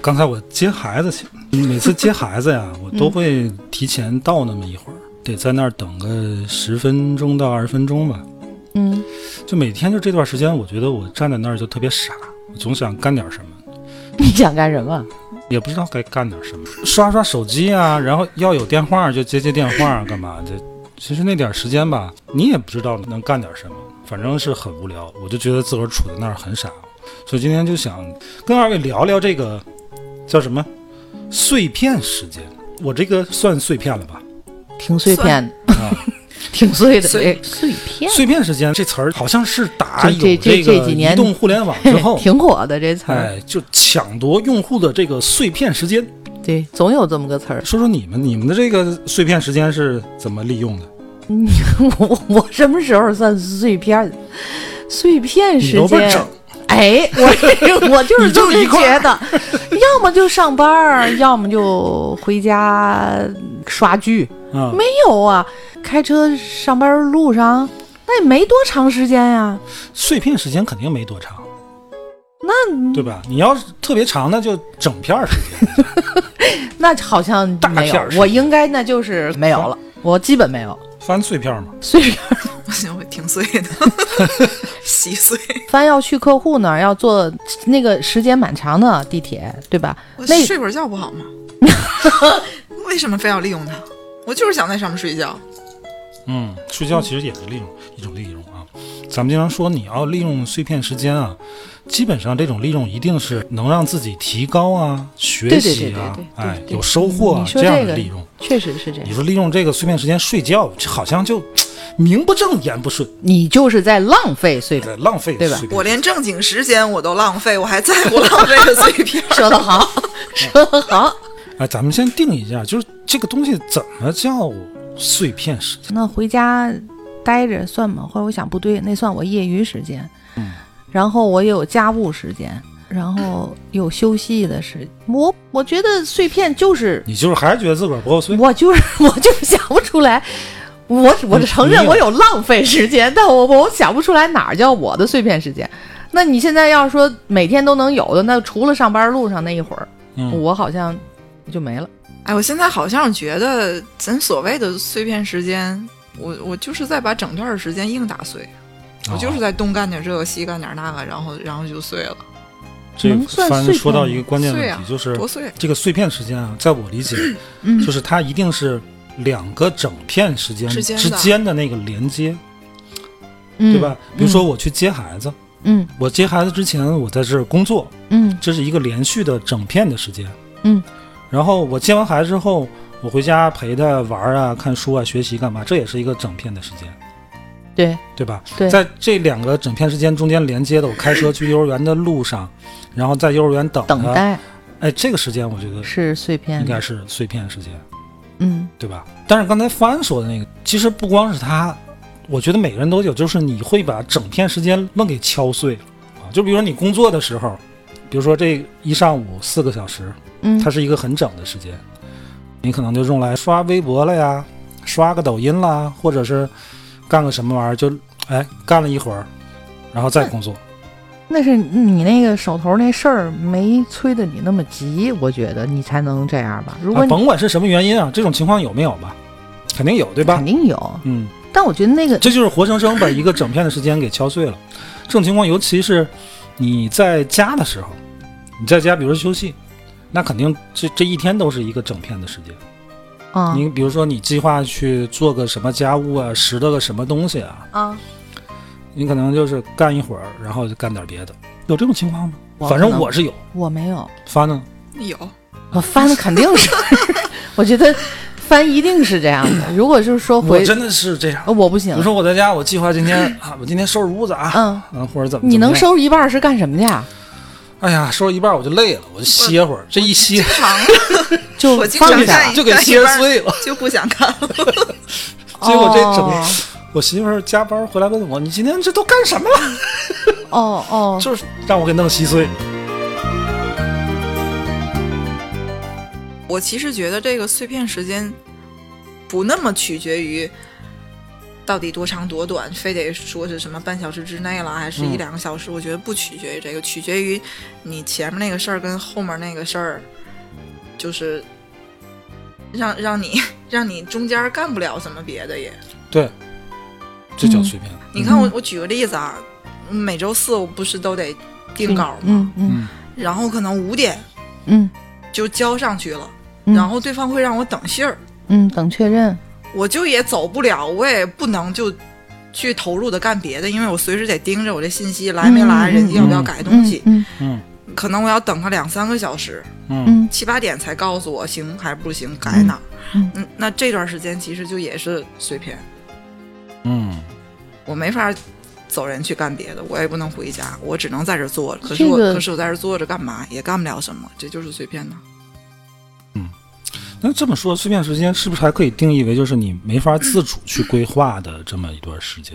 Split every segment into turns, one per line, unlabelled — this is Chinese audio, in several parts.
刚才我接孩子去，每次接孩子呀，我都会提前到那么一会儿，得在那儿等个十分钟到二十分钟吧。
嗯，
就每天就这段时间，我觉得我站在那儿就特别傻，我总想干点什么。
你想干什么？
也不知道该干点什么，刷刷手机啊，然后要有电话就接接电话，干嘛的？其实那点时间吧，你也不知道能干点什么，反正是很无聊。我就觉得自个儿处在那儿很傻，所以今天就想跟二位聊聊这个叫什么碎片时间。我这个算碎片了吧？
挺碎片的，
啊，
挺碎的，
碎
对，碎片，
碎片时间这词儿好像是打有
这这
个
这几年
移动互联网之后，
挺火的这词儿。
哎，就抢夺用户的这个碎片时间。
对，总有这么个词儿。
说说你们，你们的这个碎片时间是怎么利用的？
我我我什么时候算碎片儿？碎片
你
时
都不
间
整。，
哎，我 我就是
你就
这
一
么
块
觉得，要么就上班儿，要么就回家刷剧。
啊，
没有啊，开车上班路上那也没多长时间呀、
碎片时间肯定没多长，
那
对吧？你要是特别长，那就整片儿时间。
那好像
大
没
片
有
儿是，
我应该那就是没有了，我基本没有。
翻碎片嘛，
所以
不行，我挺碎 的，稀碎。
翻要去客户那儿，要坐那个时间蛮长的地铁，对吧？
我
那
睡会儿觉不好 吗？为什么非要利用它？我就是想在上面睡觉。
嗯，睡觉其实也是利用一种利用啊。咱们经常说你要利用碎片时间啊，基本上这种利用一定是能让自己提高啊、学
对对
习啊
对对对对，
哎，
对
有收获啊
你，说
这样
这
的
个
利用。
确实是这
你
样。
说利用这个碎片时间睡觉，这好像就名不正言不顺，
你就是在浪费碎片。
在浪费
对吧？
碎片
我连正经时间我都浪费，我还在乎浪 费的碎片
说得好，说得好。
哎，咱们先定义一下，就是这个东西怎么叫碎片时间？
那回家待着算吗？或者我想不对，那算我业余时间。
嗯
然后我也有家务时间，然后有休息的时间。我我觉得碎片就是，
你就是还是觉得自个儿不够碎？
我就是 我就是想不出来。我我
你
承
你
认
有
我有浪费时间， 但我我想不出来哪儿叫我的碎片时间。那你现在要是说每天都能有的，那除了上班路上那一会儿，
嗯，
我好像就没了。
哎，我现在好像觉得咱所谓的碎片时间，我我就是在把整段时间硬打碎，我就是
啊
在东干点这个西干点那个，然后然后就碎了，
这个
能算
翻
碎片
说到
吗
一个关键问
碎
题，
啊
就是
多碎！
这个碎片时间啊，在我理解，
嗯
就是它一定是两个整片时间
之间的
之间的那个连接，
嗯
对吧？比如说我去接孩子，
嗯
我接孩子之前我在这儿工作，
嗯
这是一个连续的整片的时间。
嗯，
然后我接完孩子之后，我回家陪他玩儿啊、看书啊、学习干嘛，这也是一个整片的时间。
嗯，对
对吧？
对
在这两个整片时间中间连接的，我开车去幼儿园的路上，然后在幼儿园等
等
他。
待
哎，这个时间我觉得
是碎片
应，该是碎片时间，
嗯
对吧？但是刚才方安说的那个，其实不光是他，我觉得每个人都有，就是你会把整片时间愣给敲碎啊。就比如说你工作的时候，比如说这一上午四个小时，
嗯，
它是一个很整的时间，你可能就用来刷微博了呀，刷个抖音啦，或者是干个什么玩意儿，就哎干了一会儿，然后再工作。
那是你那个手头那事儿没催得你那么急，我觉得你才能这样吧。如果
啊、
你、
甭管是什么原因啊，这种情况有没有吧？肯定有，对吧
肯？定有，
嗯，
但我觉得那个
这就是活生生把一个整片的时间给敲碎了。这种情况，尤其是你在家的时候，你在家，比如说休息，那肯定这这一天都是一个整片的时间。
啊
你比如说，你计划去做个什么家务啊，拾掇个什么东西啊，
啊，
你可能就是干一会儿，然后就干点别的，有这种情况吗？
我
反正
可能
我是有。
我没有，
发呢？
有
我翻的肯 定是， 我觉得翻一定是这样的。如果就是说
我
回，
真的是这样。
呃我不行
比如，说我在家，我 计划今天啊，我今天收拾屋子啊，
嗯，
啊或者怎么？
你能
怎么
收拾一半儿是干什么去啊？
样哎呀，说一半我就累了，我就歇会儿。这一歇
经常
就
我经
放
常
下
干一
就给
干一
歇
半
碎了。
就不想看了。
结果这整
哦
我媳妇儿加班回来问我：“你今天这都干什么了
哦？”哦，
就是让我给弄稀碎。
我其实觉得这个碎片时间不那么取决于到底多长多短，非得说是什么半小时之内了，还是
嗯
一两个小时？我觉得不取决于这个，取决于你前面那个事儿跟后面那个事儿，就是让让你 让你中间干不了什么别的也。
对，这叫
嗯
碎片。
你看我我举个例子啊，每周四我不是都得定稿吗？
嗯嗯
然后可能五点
嗯
就交上去了，
嗯
然后对方会让我等信儿。
嗯，等确认。
我就也走不了，我也不能就去投入的干别的，因为我随时得盯着我这信息来没来，
嗯嗯
人家要不要改东西，
嗯
嗯
可能我要等个两三个小时，
嗯
嗯
七八点才告诉我行还是不行，改哪儿。
嗯
嗯，那这段时间其实就也是碎片，
嗯，
我没法。走人去干别的，我也不能回家，我只能在这儿坐着。可是我，
这个
可是我在这儿坐着干嘛？也干不了什么，这就是碎片呢。
那这么说，碎片时间是不是还可以定义为就是你没法自主去规划的这么一段时间？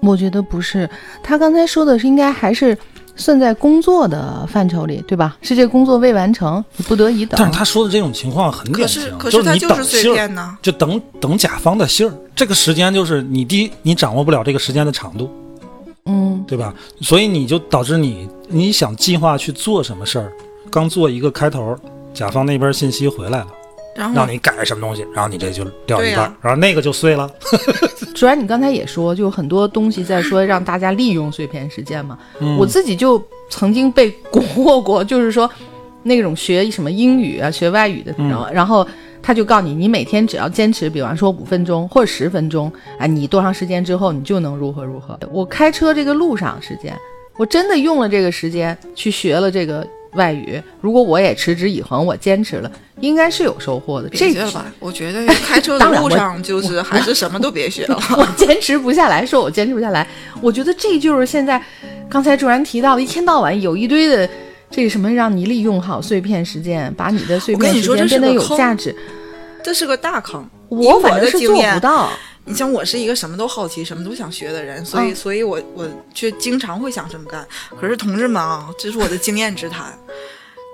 我觉得不是，他刚才说的是应该还是算在工作的范畴里，对吧？是这工作未完成，你不得已等。
但是他说的这种情况很
可
典型
是，，可是它
你
就
等
是
信
碎
儿，
片呢。
就等等甲方的信儿。这个时间就是你第一，你掌握不了这个时间的长度，
嗯
对吧？所以你就导致你你想计划去做什么事儿，刚做一个开头，甲方那边信息回来了，
然
嗯
后
让你改什么东西，然后你这就掉
对
一半，
啊
呀
然后那个就碎了。
虽然你刚才也说，就很多东西在说让大家利用碎片时间嘛，
嗯
我自己就曾经被蛊惑过，就是说那种学什么英语啊、学外语的，
嗯
然后、然后他就告诉你，你每天只要坚持，比方说五分钟或者十分钟，啊，你多长时间之后你就能如何如何。我开车这个路上时间，我真的用了这个时间去学了这个外语。如果我也持之以恒，我坚持了，应该是有收获的。
别
这
学了吧，我觉得开车的
当然
路
我
上就是还是什么都别 学了。
我坚持不下来，说我坚持不下来，我觉得这就是现在刚才卓然提到的，一天到晚有一堆的这什么让你利用好碎片时间，把你的碎
我跟
片
你
时
说
间
这是
变得
个
有
坑
价值。
这是个大坑。以
我反
的
正是
经
做不
验，
到，
你像我是一个什么都好奇、什么都想学的人，
嗯
所以，所以我我却经常会想这么干。可是同志们啊，这是我的经验之谈，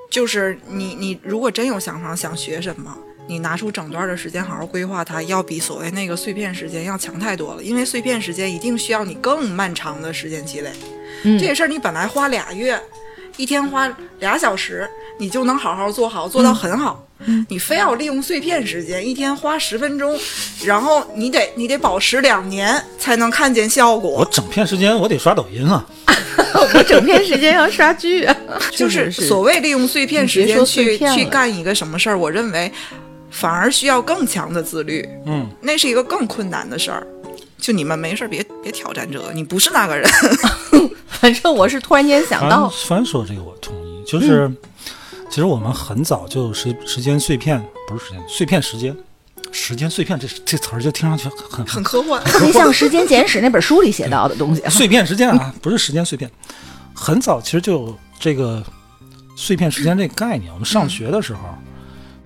就是你你如果真有想法想学什么，你拿出整段的时间好好规划它，要比所谓那个碎片时间要强太多了。因为碎片时间一定需要你更漫长的时间积累。
嗯
这个事儿你本来花俩月，一天花俩小时，你就能好好做好，做到很好。你非要利用碎片时间，一天花十分钟，然后你得你得保持两年才能看见效
我
果，
整片时间我得刷抖音啊，
我整片时间要刷剧、
就
确
是
实是
所谓利用碎片时
你别说
间
碎
去
片
去
了
干一个什么事儿，我认为反而需要更强的自律，
嗯，
那是一个更困难的事儿。就你们没事儿别别挑战这个，你不是那个人。
反正我是突然间想
反
到，嗯
反说这个我同意，就是、其实我们很早就有时时间碎片，不是时间碎片时间，时间碎片这这词儿就听上去很
很科 幻，
就像《时间简史》那本书里写到的东西 啊，
碎片时间啊，不是时间碎片，很早其实就有这个碎片时间这个概念。我们上学的时候，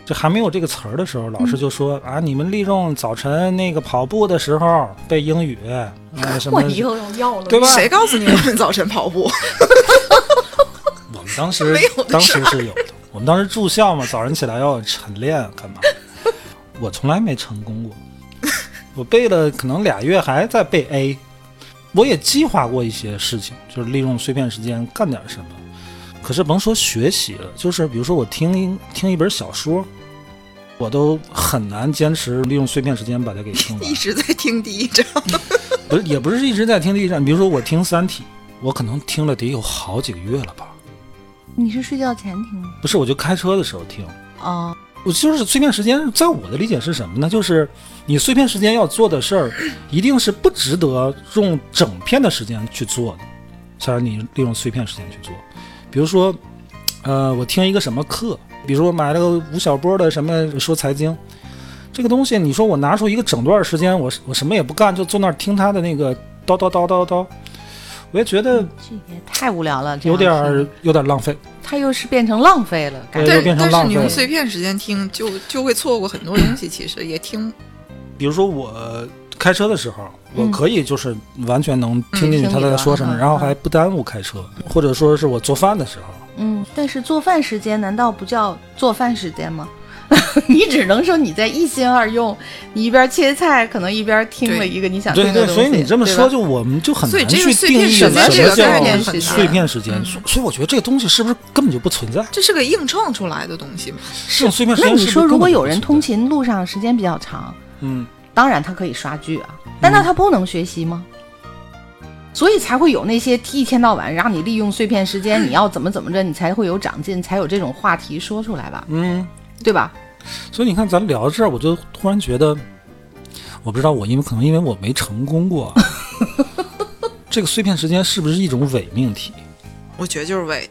就还没有这个词儿的时候，老师就说啊，你们利用早晨那个跑步的时候背英语，呃什么
我。以后要要了，
对吧？
谁告诉你我们早晨跑步？
我们当时
没有的
当时是有的，我们当时住校嘛，早晨起来要晨练干嘛？我从来没成功过，我背了可能俩月还在背 A，我也计划过一些事情，就是利用碎片时间干点什么。可是甭说学习了，就是比如说我听一听一本小说，我都很难坚持利用碎片时间把它给听完
一。直在听第一章。
不是，也不是一直在听第一站，比如说我听《三体》，我可能听了得有好几个月了吧。
你是睡觉前听的
不是，我就开车的时候听。
哦，
我就是碎片时间，在我的理解是什么呢？就是你碎片时间要做的事儿，一定是不值得用整片的时间去做的，才让你利用碎片时间去做。比如说，呃，我听一个什么课，比如说我买了个吴晓波的什么说财经，这个东西，你说我拿出一个整段时间，我我什么也不干，就坐那儿听他的那个叨叨叨叨叨，我也觉得
这也太无聊了，这
有
样
点
听
儿有点儿浪费。
它又是变成浪费了，感
对
觉
又变
但
成浪
但是
费
你用
了
碎片时间听，就就会错过很多东西。其实也听，
比如说我开车的时候，我
嗯
可以就是完全能听进去
嗯听
他
你
在
的
说什么，
嗯
然后还不耽误开车，或者说是我做饭的时候。
嗯，但是做饭时间难道不叫做饭时间吗？你只能说你在一心二用，你一边切菜，可能一边听了
对
一个你想听
对
的东西。
所以你这么
对
说，
吧
就我们就很
所以
难
这
去
个碎
定
片
义
时
什
间
么
这个
叫
概念很
碎
难
片时间。
嗯
所所以我觉得这个东西是不是根本就不存在？
这是个硬创出来的东西嘛？
这种碎片时
那
间
你
是不是
说，如
根
果
本就
有
不
人
存
通
在，
勤路上时间比较长，
嗯，
当然他可以刷剧啊，难道他不能学习吗？所以才会有那些一天到晚让你利用碎片时间，你要怎么怎么着，你才会有长进，才有这种话题说出来吧，
嗯，
对吧？
所以你看，咱聊到这儿，我就突然觉得，我不知道我因为可能因为我没成功过 啊，这个碎片时间是不是一种伪命题？
我觉得就是伪。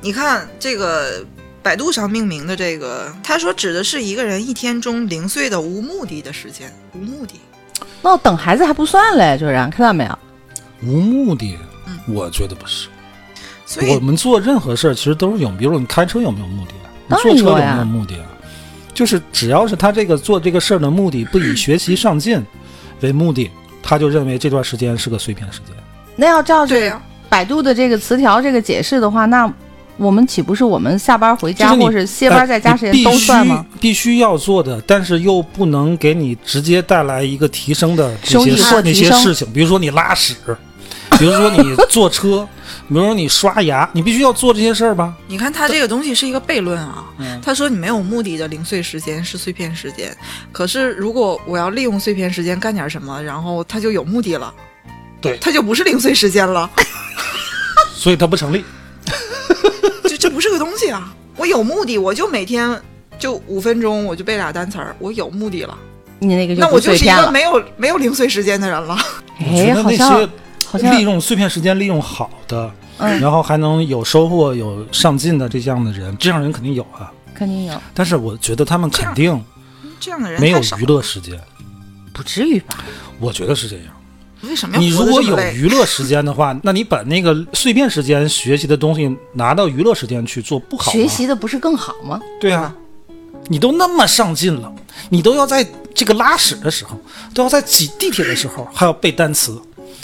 你看这个百度上命名的这个，他说指的是一个人一天中零碎的无目的的时间，无目的。
那等孩子还不算嘞，就是看到没有？
无目的，
嗯
我觉得不是。
所
我
以
们做任何事儿其实都是有，比如说你开车有没有目的啊？你
当
坐
然
车有
有呀
没有目的啊？就是只要是他这个做这个事儿的目的不以学习上进为目的，他就认为这段时间是个碎片时间。
那要照着
对啊呀、
百度的这个词条这个解释的话，那我们岂不是我们下班回家
就是你
或是歇班在家时
哎
间
你
都算吗？
必须必须要做的，但是又不能给你直接带来一个提升的这
收益
些
或
事那
提
些
升
事情，比如说你拉屎，比如说你坐车， 比如说你刷牙，你必须要做这些事儿吧？
你看，他这个东西是一个悖论啊。
嗯
他说你没有目的的零碎时间是碎片时间，可是如果我要利用碎片时间干点什么，然后他就有目的了，
对
他就不是零碎时间了，
所以它不成立。
这这不是个东西啊！我有目的，我就每天就五分钟，我就背俩单词儿，我有目的了，
你那个
那
不
我就
碎
是一
片
个
了。
没有没有零碎时间的人了。
我觉
哎，
得
好
那
像
些
好
利
像
用碎片时间利用好的，
嗯
然后还能有收获、有上进的这样的人，这样人肯定有啊。
肯定有，
但是我觉得他们
这
肯
样
定
这样的人
没有
太少
娱
了，
乐时间，
不至于吧？
我觉得是这样。
为什么
你
要活
如
得
果
这么
有
累
娱乐时间的话，那你把那个碎片时间学习的东西拿到娱乐时间去做，不好吗？
学习的不是更好吗？
对啊，你都那么上进了，你都要在这个拉屎的时候，都要在挤地铁的时候，还要背单词，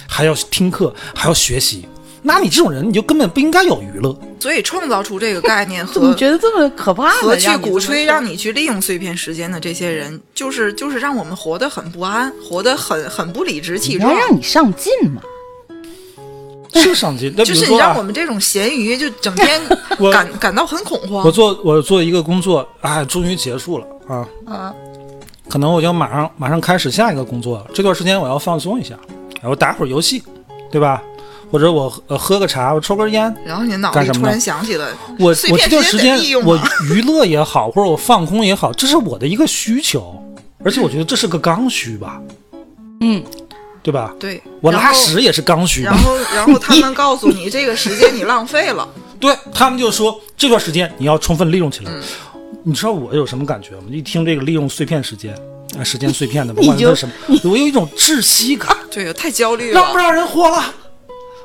还要听课，还要学习。那你这种人，你就根本不应该有娱 乐。
所以创造出这个概 念
怎么
和
觉得这么可怕呢？
和
让
去
你这么
鼓吹
说
让你去利用碎片时间的这些人，就是就是让我们活得很不安，活得很很不理直气
人
壮
家。让你上进嘛？
是上进，那比
就
如
是你
说
让
啊
我，们这种咸鱼就整天
我
感感到很恐
我
慌。
做我做一个工作，哎，终于结束了啊，
啊，
可能我就马上马上开始下一个工作了。这段时间我要放松一下，哎我打会儿游戏，对吧？或者我呃喝个茶，我抽根烟，
然后你脑
干
里
什么
突
呢
然想起了
我
碎
我
片
这段时
时
间
间得利用
我
啊
娱乐也好，或者我放空也好，这是我的一个需求，而且我觉得这是个刚需吧，
嗯，
对吧？
对，
我
然
拉
后
屎也是刚需
然
吧？
后然后他们告诉你这个时间你浪费了，
对他们就说这段时间你要充分利用起来。
嗯
你知道我有什么感觉吗？一听这个利用碎片时间，啊，时间碎片 的，不
你啊
管
就
它是什么，我有一种窒息感，
对，太焦虑
让不
了。
让人活了？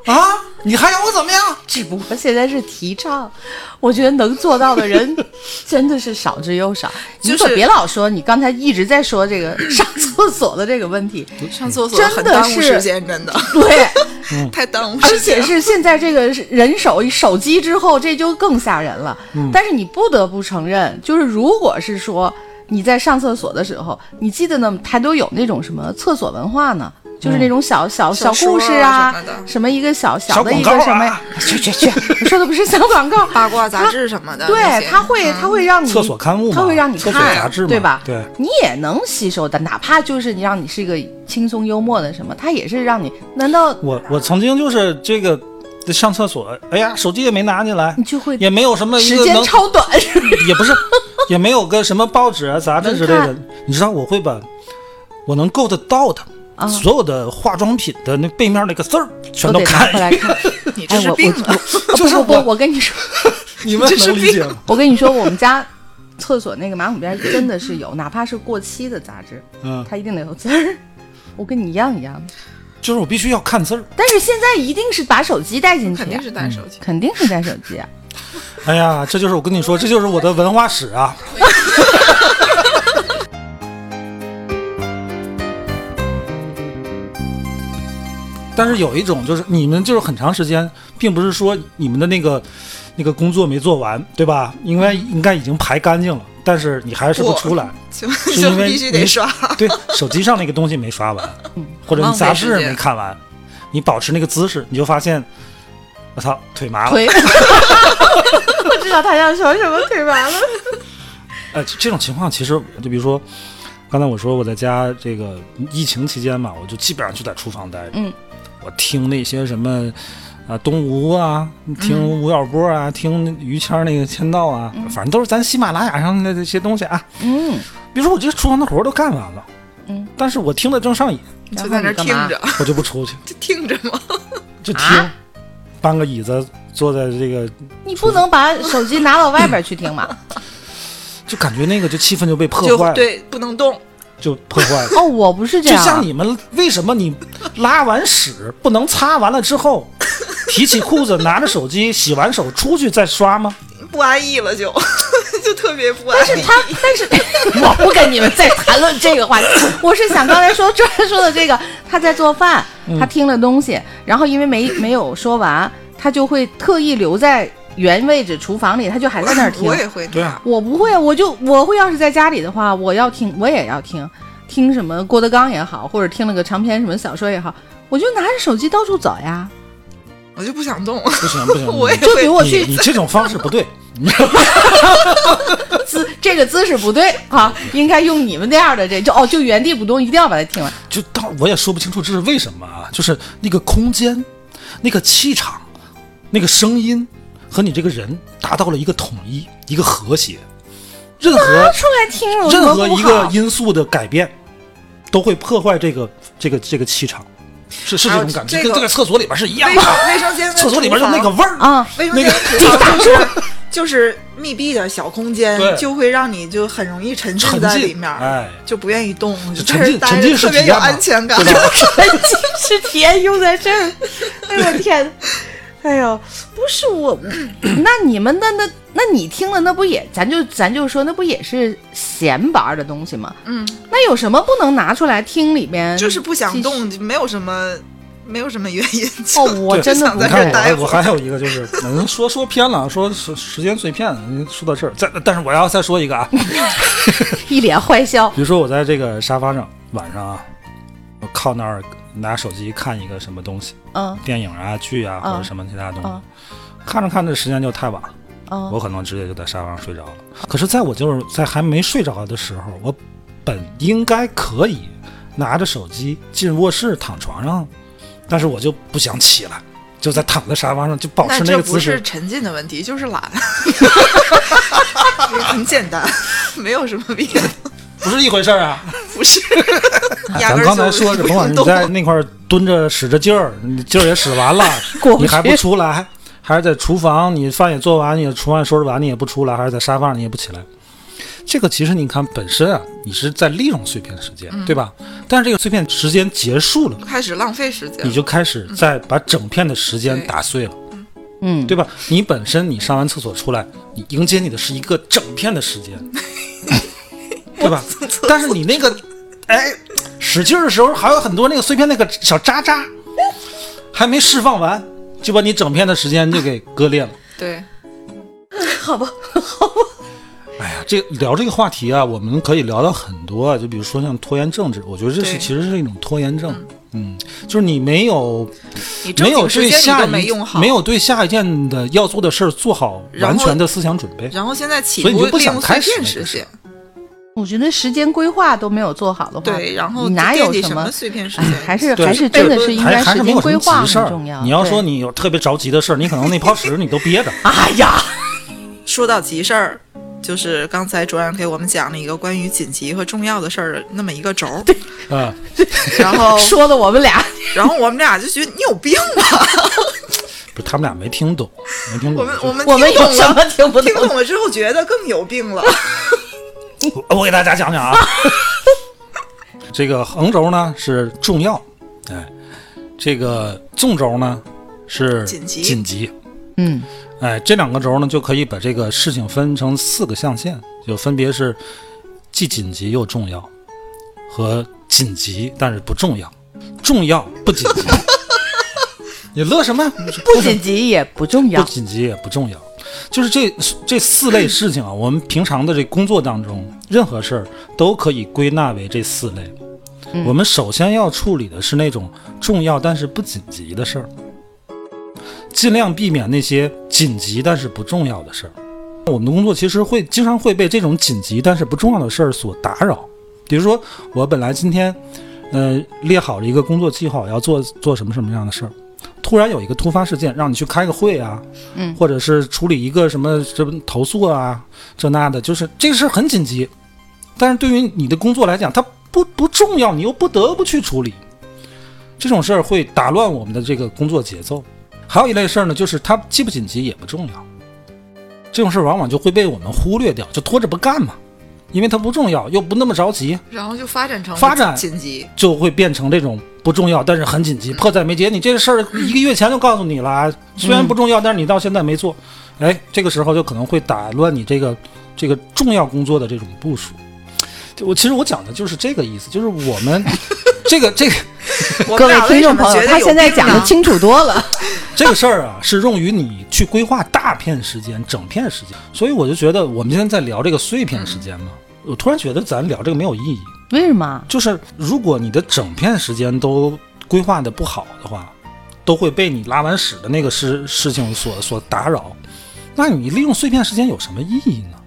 啊，你还要我怎么样？
只不过现在是提倡，我觉得能做到的人 真的是少之又少。
就
你可
是
别老说，你刚才一直在说这个上厕所的这个问题，
上厕所
真
很
的
耽误
是
时间，真的
对，
嗯
太耽误
而
时间
且
了。
是现在这个人手一手机之后，这就更吓人了。
嗯
但是你不得不承认，就是如果是说你在上厕所的时候，你记得呢，台都有那种什么厕所文化呢？就是
嗯
那种小小
小
故事
说啊什么的
什么一个小小
小
的一
广
个
告
什么
啊，
去去去，我说的不是小广 告，
八卦杂志什么的，那
对
些，
他会
嗯
他会让你
厕所刊物嘛
他会让你
厕
看，
所杂志嘛
对吧？
对，
你也能吸收的，哪怕就是你让你是一个轻松幽默的什么，他也是让你，难道
我我曾经就是这个上厕所，哎呀，手机也没拿进来
你，就会
也没有 什么一
时
个
间
能
超短？
也不是，也没有个什么报纸啊、杂志之类的
能。
你知道我会把我能够得到的、
啊
所有的化妆品的那背面那个字儿全
都得拿
看
回来
一遍。
看。
你这
哎，
是
我
病了。
我
就是
不不
我
不，我跟你说，
你们
这是
能理解吗？
我跟你说，我们家厕所那个马桶边真的是有，哪怕是过期的杂志，
嗯，
它一定得有字儿。我跟你一样一样的，
就是我必须要看字儿。
但是现在一定是把手机带进去
肯，定是带手
嗯
机。
肯定是带手机啊。
哎呀，这就是我跟你说，这就是我的文化史啊！ 但是有一种就是你们就是很长时间，并不是说你们的那个那个工作没做完，对吧？应该应该已经排干净了，但是你还是不出来，
就是
因为
必须得刷，
对，手机上那个东西没刷完，或者你杂志没看完，你保持那个姿势，你就发现，我操，腿麻了。
腿， 我知道他要说什么，腿麻了。
呃，这这种情况其实就比如说，刚才我说我在家这个疫情期间嘛，我就基本上就在厨房待着。
嗯，
我听那些什么啊、东吴啊，听吴晓波啊，听于谦那个签到啊，反正都是咱喜马拉雅上的这些东西啊。
嗯，
比如说我这厨房的活儿都干完了，
嗯，
但是我听得正上瘾，
你就在那儿听着，
我就不出去，
就听着 嘛。
就听，搬个椅子坐在这个，
你不能把手机拿到外边去听嘛？
就感觉那个就气氛就被破
就
坏了，
对，不能动。
就破坏了。
哦，我不是这
就
样
像
啊，
你们为什么你拉完屎不能擦完了之 后，提起裤子拿着手机洗完手出去再刷吗？
不安逸了就， 就特别不安逸。
他，但 是我不跟你们再谈论这个话 题。我是想刚才说专说的这个，他在做饭，
嗯
他听了东西，然后因为没没有说完，他就会特意留在原位置厨房里，他就还在那儿听
我。也会那
啊
样，
我不会，啊我就我会要是在家里的话，我要听，我也要听，听什么郭德纲也好，或者听了个长篇什么小说也好，我就拿着手机到处找呀。
我就不想 动。
不行不行，
我也
就比
会，
我
你
去
你这种方式不对，
姿这个姿势不对啊，应该用你们那样的这就哦，就原地不动，一定要把它听完。
就当我也说不清楚这是为什么啊，就是那个空间、那个气场、那个声音和你这个人达到了一个统一、一个和谐，任何
出来听有什
任
么
何
不
一个
好？
因素的改变都会破坏这个这个这个气场。是是这种感觉，
还有这
跟
个
这个厕所里边是一样
卫
的。
生卫生间跟
厕所里边
厨
就
房
那个味儿
啊
卫生
那
间
个
跟厨房 就是就是密闭的小空间
啊对，
就会让你就很容易沉浸在里面，
哎
就不愿意动，
就
就
沉浸
在这儿
沉
待
浸式
着
体验
特别有
嘛
安全感。
对吧？
是体验用在这儿，哎 呦我天！哎呦，不是我，哦 那你们那那那你听了那不也，咱就咱就说那不也是闲玩儿的东西吗？
嗯，
那有什么不能拿出来听里 边？
就是不想动，就没有什么没有什么原因。
哦
就，
我真的
想
不
你
在
看我还
这儿待会
我
儿。
还有一个就是，嗯，说说偏了，说时时间碎片，说到这儿，再但是我要再说一个啊，比
一脸坏笑。
如说我在这个沙发上晚上啊，我靠那儿拿手机看一个什么东西，
嗯
电影啊、剧啊
嗯
或者什么其他东
嗯
西，看着看着时间就太晚了，
嗯
我可能直接就在沙发上睡着了。可是，在我就是在还没睡着的时候，我本应该可以拿着手机进卧室躺床上，但是我就不想起来，就在躺在沙发上就保
那
持
这
个
不
姿势
是。沉浸的问题，就是懒， 很简单，没有什么别 的，
不是一回事儿啊！
不是。
哎
压
咱
根儿
刚才
就
说是
不
甭管
用
你
动
在那块儿蹲着使着劲儿，你劲儿也使 完了
过，不
你还不
去
出来，还是在厨房，你饭也做完，你厨房也收拾完，你也不出来，还是在沙发上你也不起来。这个其实你看本身啊，你是在利用碎片时间，
嗯
对吧？但是这个碎片时间结束了，
开始浪费时间
你
了，
就开始在把整片的时间
对
打碎了，
嗯，
对吧？你本身你上完厕所出来，你迎接你的是一个整片的时间，对吧？但是你那个，哎，使劲儿的时候还有很多那个碎片那个小渣渣，还没释放完，就把你整片的时间就给割裂了。
对，
好吧，
哎呀，这聊这个话题啊，我们可以聊到很多啊，就比如说像拖延政治，我觉得这是
对
其实是一种拖延症，嗯，就是你没有
你正
没有
经时
对
间你
下
都
一
没用好，
没有对下一件的要做的事儿做好
然
完
后
全的思想准备。
然后现在起
所以你
步
就不
利
想
用
开始
碎片
那
时
个事
间，
我觉得时间规划都没有做好的话，
对，然后
啊你哪有
惦记什
么？
碎片时
哎
间？，
还是
对
还是真的是应
还
该
还
时
是没
间
有什
规
么
划
急事
很
儿
重要。。
你要
对
说，你有特别着急的事儿，你可能那泡屎你都憋着。
哎呀，
说到急事儿，就是刚才卓然给我们讲了一个关于紧急和重要的事儿的那么一个轴儿，
嗯，
然 后
说的我们俩
然后我们俩就觉得你有病吧？
不是他们俩没听懂，没听懂。
我们
就
我们
我们
听懂
有什
了
么听不
听
懂？
懂了之后觉得更有病了，
我我给大家 讲讲啊，这个横轴呢是重要，哎，这个纵轴呢是
紧急
紧急，
嗯
哎，这两个轴呢就可以把这个事情分成四个象限，就分别是既紧急又重要和紧急但是不重要，重要不紧急。 你乐什么？
不紧急也不重要
不。紧急也不重要。就是这这四类事情啊，我们平常的这工作当中，任何事儿都可以归纳为这四类。
嗯
我们首先要处理的是那种重要但是不紧急的事儿，尽量避免那些紧急但是不重要的事儿。我们的工作其实会经常会被这种紧急但是不重要的事儿所打扰。比如说，我本来今天，呃，列好了一个工作计划，我要做做什么什么样的事儿，突然有一个突发事件让你去开个会啊，
嗯
或者是处理一个什么什么投诉啊，这那的，就是这个事儿很紧急，但是对于你的工作来讲，它不不重要，你又不得不去处理，这种事儿会打乱我们的这个工作节奏。还有一类事儿呢，就是它既不紧急也不重要，这种事儿往往就会被我们忽略掉，就拖着不干嘛，因为它不重要，又不那么着急，
然后就发展成
发展
紧急，
就会变成这种不重要，但是很紧急，迫在眉睫。你这事儿一个月前就告诉你了啊，虽然不重要，但是你到现在没做，哎，这个时候就可能会打乱你这个这个重要工作的这种部署。就我其实我讲的就是这个意思，就是我们 这个这个
我
各
们
位
俩
听
为什
众
么
朋
觉
友，
得
他
有
现在
病
讲的
呢
清楚多了。
这个事儿啊，是用于你去规划大片时间、整片时间。所以我就觉得我们今天在聊这个碎片时间嘛，我突然觉得咱聊这个没有意义。
为什么？
就是如果你的整片时间都规划的不好的话，都会被你拉完屎的那个事事情所所打扰。那你利用碎片时间有什么意义呢？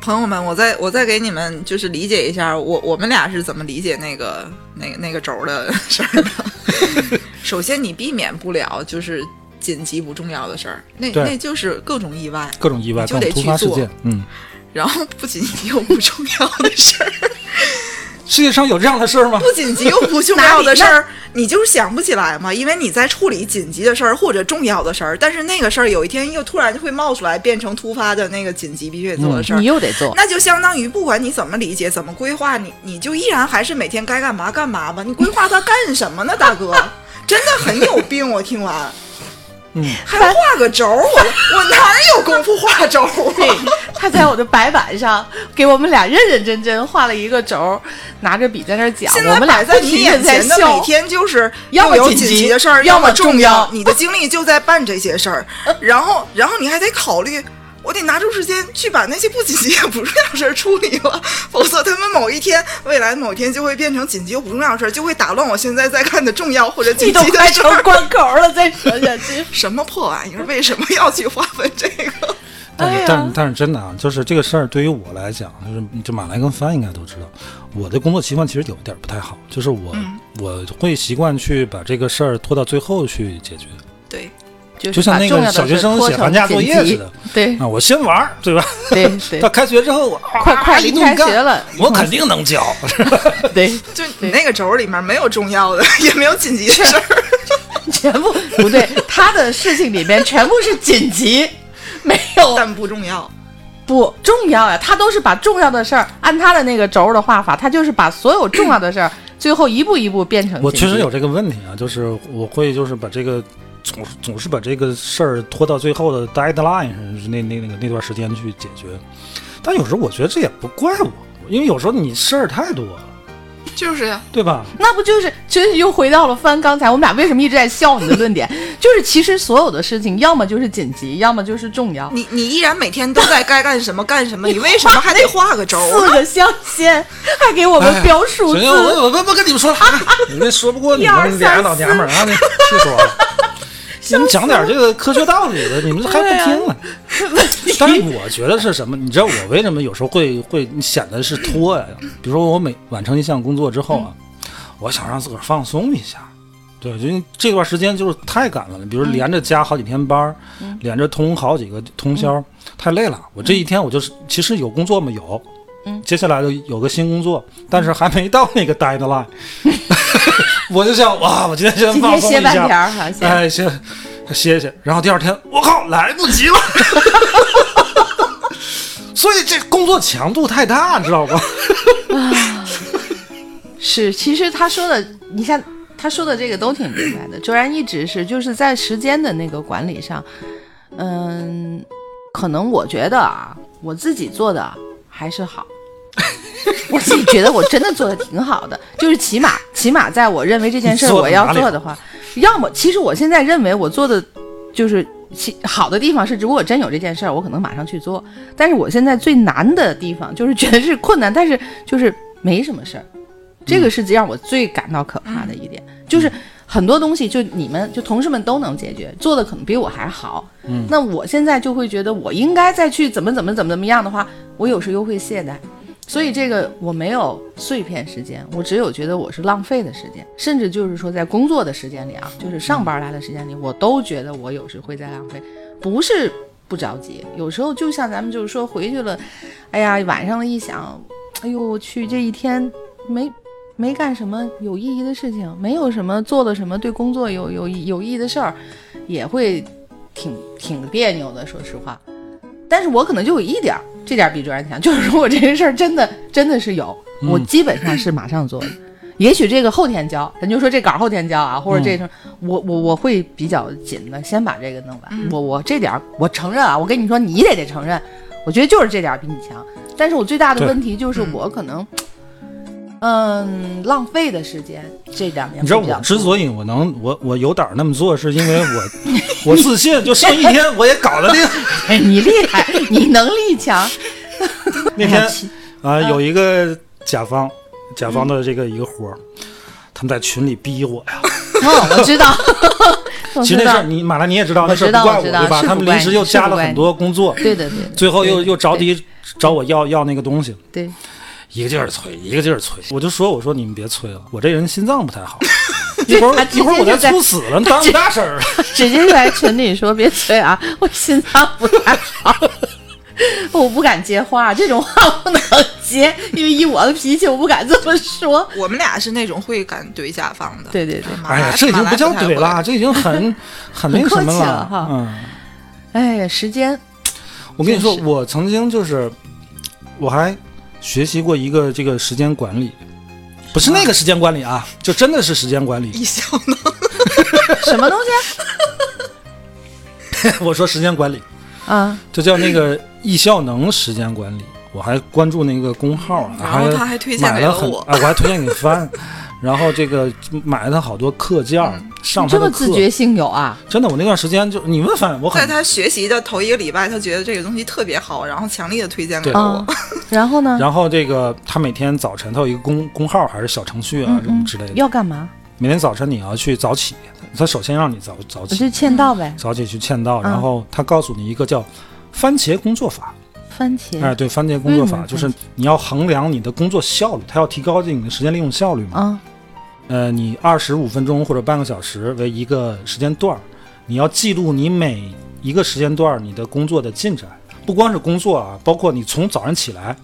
朋友们，我再我再给你们就是理解一下，我我们俩是怎么理解那个那那个轴的 事儿的。 首先，你避免不了就是紧急不重要的事儿，那
对
那就是各种意外，
各种意外，
你
各
就
种
得
突发
去
事
做
件。嗯，
然后不紧急又不重要的事儿，
世界上有这样的事儿吗？
不紧急又不重要的事 儿，你就是想不起来嘛，因为你在处理紧急的事儿或者重要的事儿，但是那个事儿有一天又突然就会冒出来，变成突发的那个紧急必须得做的事儿。
你又得做。
那就相当于不管你怎么理解、怎么规划，你你就依然还是每天该干嘛干嘛吧。你规划它干什么呢，大哥？真的很有病，我听完。
嗯，
还画个轴，我我哪儿有功夫画轴
对
啊？，
他在我的白板上给我们俩认认真真画了一个轴，拿着笔在那儿讲，
现
我
在
们俩
摆
不
在你
停的
眼
在
前的
笑
每。天就是
要么
又有
紧
紧
急
急的事儿，
要么
么
重要呃
要，你的精力就在办这些事儿，然后然后你还得考虑。我得拿出时间去把那些不紧急也不重要的事儿处理了，否则他们某一天，未来某天就会变成紧急又不重要的事儿，就会打乱我现在在干的重要或者
你
紧
都
急的
快
事
成
儿。。
关口了，再说下去
什么破玩意儿？为什么要去划分这个？
但
哎
是
呀
但是但是真的啊，就是这个事儿对于我来讲，就是就马来跟帆应该都知道，我的工作习惯其实有点不太好，就是我、
嗯
我会习惯去把这个事儿拖到最后去解决，
对，
就
就像那个小学生写寒假作业似的。
对
啊，我先玩儿，对吧？
对
到
对，
开学之后，我啊
快快
一
离
顿
开
干
学了，
我肯定能 教。
对，
就你那个轴里面没有重要的，也没有紧急的事儿。
全部不对，他的事情里面全部是紧急，没有
但不重要。
不重要呀、他都是把重要的事儿按他的那个轴的画法，他就是把所有重要 的事儿最后一步一步变成。
我确实有，这个问题啊，就是我会就是把这个总总是把这个事儿拖到最后的 deadline 是那那那个那段时间去解决，但有时候我觉得这也不怪我，因为有时候你事儿太多了，
就是
啊
呀，
对吧？
那不就是就是又回到了翻刚才我们俩为什么一直在笑你的论点，就是其实所有的事情要么就是紧急，要么就是重要，
你你依然每天都在该干什么干什 么，你为什么还得画个轴？
四个象限还给我们标数
哎行，
字，
我我不不跟你们说了，哎你们说不过你
一二
们
三
俩老娘们儿啊，你气死我 了。你们讲点这个科学道理的，你们这还不听了？
啊
但是我觉得是什么？你知道我为什么有时候会会显得是拖呀、比如说我每完成一项工作之后啊，我想让自个儿放松一下。对，因为这段时间就是太赶了，比如
嗯
连着加好几天班儿，连着通好几个通宵，
嗯
太累了。我这一天我就是其实有工作嘛，有，
嗯
接下来就有个新工作，但是还没到那个 deadline，我就想哇，我今天先
今
放
天
松
歇
一
半
下，
天儿好像。
哎，歇歇歇，然后第二天，我靠，来不及了。 所以这工作强度太大，你知道吗？
是，其实他说的，你看他说的这个都挺明白的。卓然一直是就是在时间的那个管理上，嗯，可能我觉得啊，我自己做的还是好。 我自己觉得我真的做的挺好的，就是起码起码在我认为这件事儿
你做得
我要
哪里
做的话，要么其实我现在认为我做的就是其好的地方是，如果真有这件事儿，我可能马上去做。但是我现在最难的地方就是觉得是困难，但是就是没什么事儿，这个是让我最感到可怕的一点，就是。很多东西就你们就同事们都能解决，做的可能比我还好。嗯，那我现在就会觉得我应该再去怎么怎么怎么怎么样的话，我有时候又会懈怠。所以这个我没有碎片时间，我只有觉得我是浪费的时间，甚至就是说在工作的时间里啊，就是上班来的时间里，我都觉得我有时会在浪费，不是不着急，有时候就像咱们就是说回去了，哎呀，晚上一想，哎呦我去，这一天没。没干什么有意义的事情，没有什么做了什么对工作有有有意义的事儿，也会挺挺别扭的。说实话，但是我可能就有一点儿，这点儿比卓然强，就是说我这个事儿真的真的是有，
嗯
我基本上是马上做的。也许这个后天交，咱就说这稿儿后天交啊，
嗯
或者这种，我我我会比较紧的，先把这个弄完。我我这点儿我承认啊，我跟你说，你得得承认，我觉得就是这点儿比你强。但是我最大的
对
问题就是
嗯
我可能，嗯，浪费的时间这两年
你知道
会比较
我之
多
所以我能我我有胆儿那么做，是因为我我自信，就剩一天我也搞 得定。
哎，你厉害，你能力强。
那
哎
天
呀其
啊、
嗯
有一个甲方，甲方的这个一个活儿，他们在群里逼我呀。
哦，我 知道，我
其
知
实那事
道
儿，你马兰你也知道，那
我
事儿不
知道
怪
我知道
对吧？
是
他
不
们
怪
临时
你
又
是
加
不
了
怪
很
你
多工作，
对的对的，
最后又
对
又着急找我要要那个东西，
对对
一个劲儿催，一个劲儿催。我就说我说你们别催了，我这人心脏不 太好，一会
他
儿
直
一会儿
接
我
就
再
在
猝死了，耽误大事儿了。
直接就在群里说别催啊，我心脏不太好，啊我不敢接话，这种话不能接，因为以我的脾气，我不敢这么说。
我们俩是那种会敢怼甲方的。
对对对，
马
哎
来，
呀，这已经不
马来
叫
太
怼
会
了，这已经很很那个什
很
么
客气了哈
嗯，
哎呀，时间，
我跟你说，
真是
我曾经就是我还学习过一个这个时间管理。不是那个时间管理啊，就真的是时间管理。
一笑呢，
什么东西
我说时间管理，
啊？啊，
就叫那个易效能时间管理。我还关注那个公号啊，
然后他还推荐
买
给
了
了
很
我，
啊，我还推荐给翻，然后这个买了他好多课件儿，
嗯
上
你
他的
这么
课
自。觉性有啊？
真的，我那段时间就你问翻，我
在
很
他学习的头一个礼拜，他觉得这个东西特别好，然后强力的推荐给
对
我
啊。，然后呢？
然后这个他每天早晨他有一个公公号还是小程序啊
嗯
什么
嗯
之类的，
要干嘛？
每天早晨你要去早起，他首先让你早早
我
起，
就签到呗，
早起去签到，
嗯
然后他告诉你一个叫番茄工作法，
番茄。
哎，对，番茄工作
为什
法
么
就是你要衡量你的工作效率，它要提高你的时间利用效率嘛。
啊，
呃，你二十五分钟或者半个小时为一个时间段儿，你要记录你每一个时间段儿你的工作的进展，不光是工作啊，包括你从早上起来，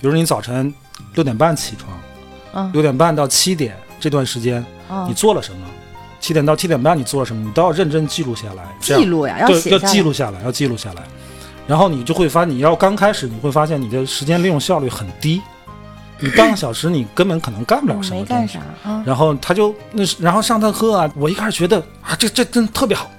比如你早晨六点半起床，
嗯
六点半到七点这段时间
啊
你，做了什么，七点到七点半你做了什么，你都要认真记录下来，这
记
样
录呀，要
对
写
要
下来
记录下来，要记录下来，然后你就会发，你要刚开始你会发现你的时间利用效率很低，你半个小时你根本可能干不了
嗯
什么
没
东西
干。啥啊？
然后他就那是，然后上他课啊，我一开始觉得啊，这这真特别好，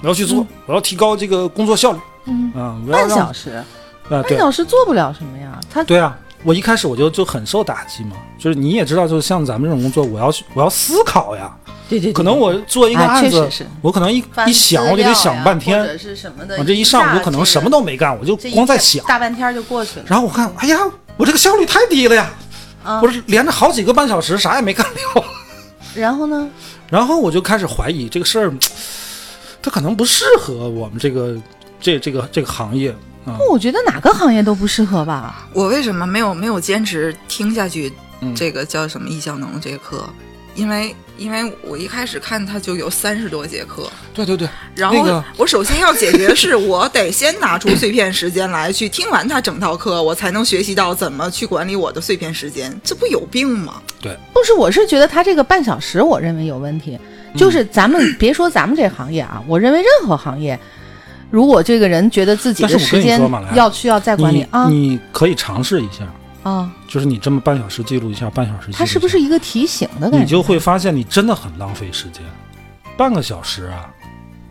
我要去做，我要提高这个工作效率
嗯，
啊，我要
半
让啊、
小时，半
对
小时做不了什么呀？他
对啊，我一开始我就就很受打击嘛，就是你也知道，就是像咱们这种工作，我要去我要思考呀，
对对，
可能我做一个
哎
案
确
子
实，是
我可能一
翻
一想我就得
资料
想
呀
半天
或，者是什么的，
我这一上午可能什么都没干，我就
这一
光在
下
想，
大半天就过去了。
然后我看，哎呀，我这个效率太低了呀，
啊
我是连着好几个半小时啥也没干了。
然后呢？
然后我就开始怀疑这个事儿，它可能不适合我们这个这这个这个行业啊。
我觉得哪个行业都不适合吧。
我为什么没有没有坚持听下去
嗯
这个叫什么易效能这个课？因为因为我一开始看它就有三十多节课，
对对对，
然
那
后
个
我首先要解决的是我得先拿出碎片时间来去听完它整套课，我才能学习到怎么去管理我的碎片时间，这不有病吗？
不是，我是觉得他这个半小时，我认为有问题。
嗯
就是咱们别说咱们这行业啊，我认为任何行业，如果这个人觉得自己
但是
的
我跟
时
你
间
说马来
要需要再管理
你
啊
你可以尝试一下，
啊啊，
就是你这么半小时记录一下，半小时记录一下
它是不是一个提醒的
你
感觉？
就会发现你真的很浪费时间，半个小时啊，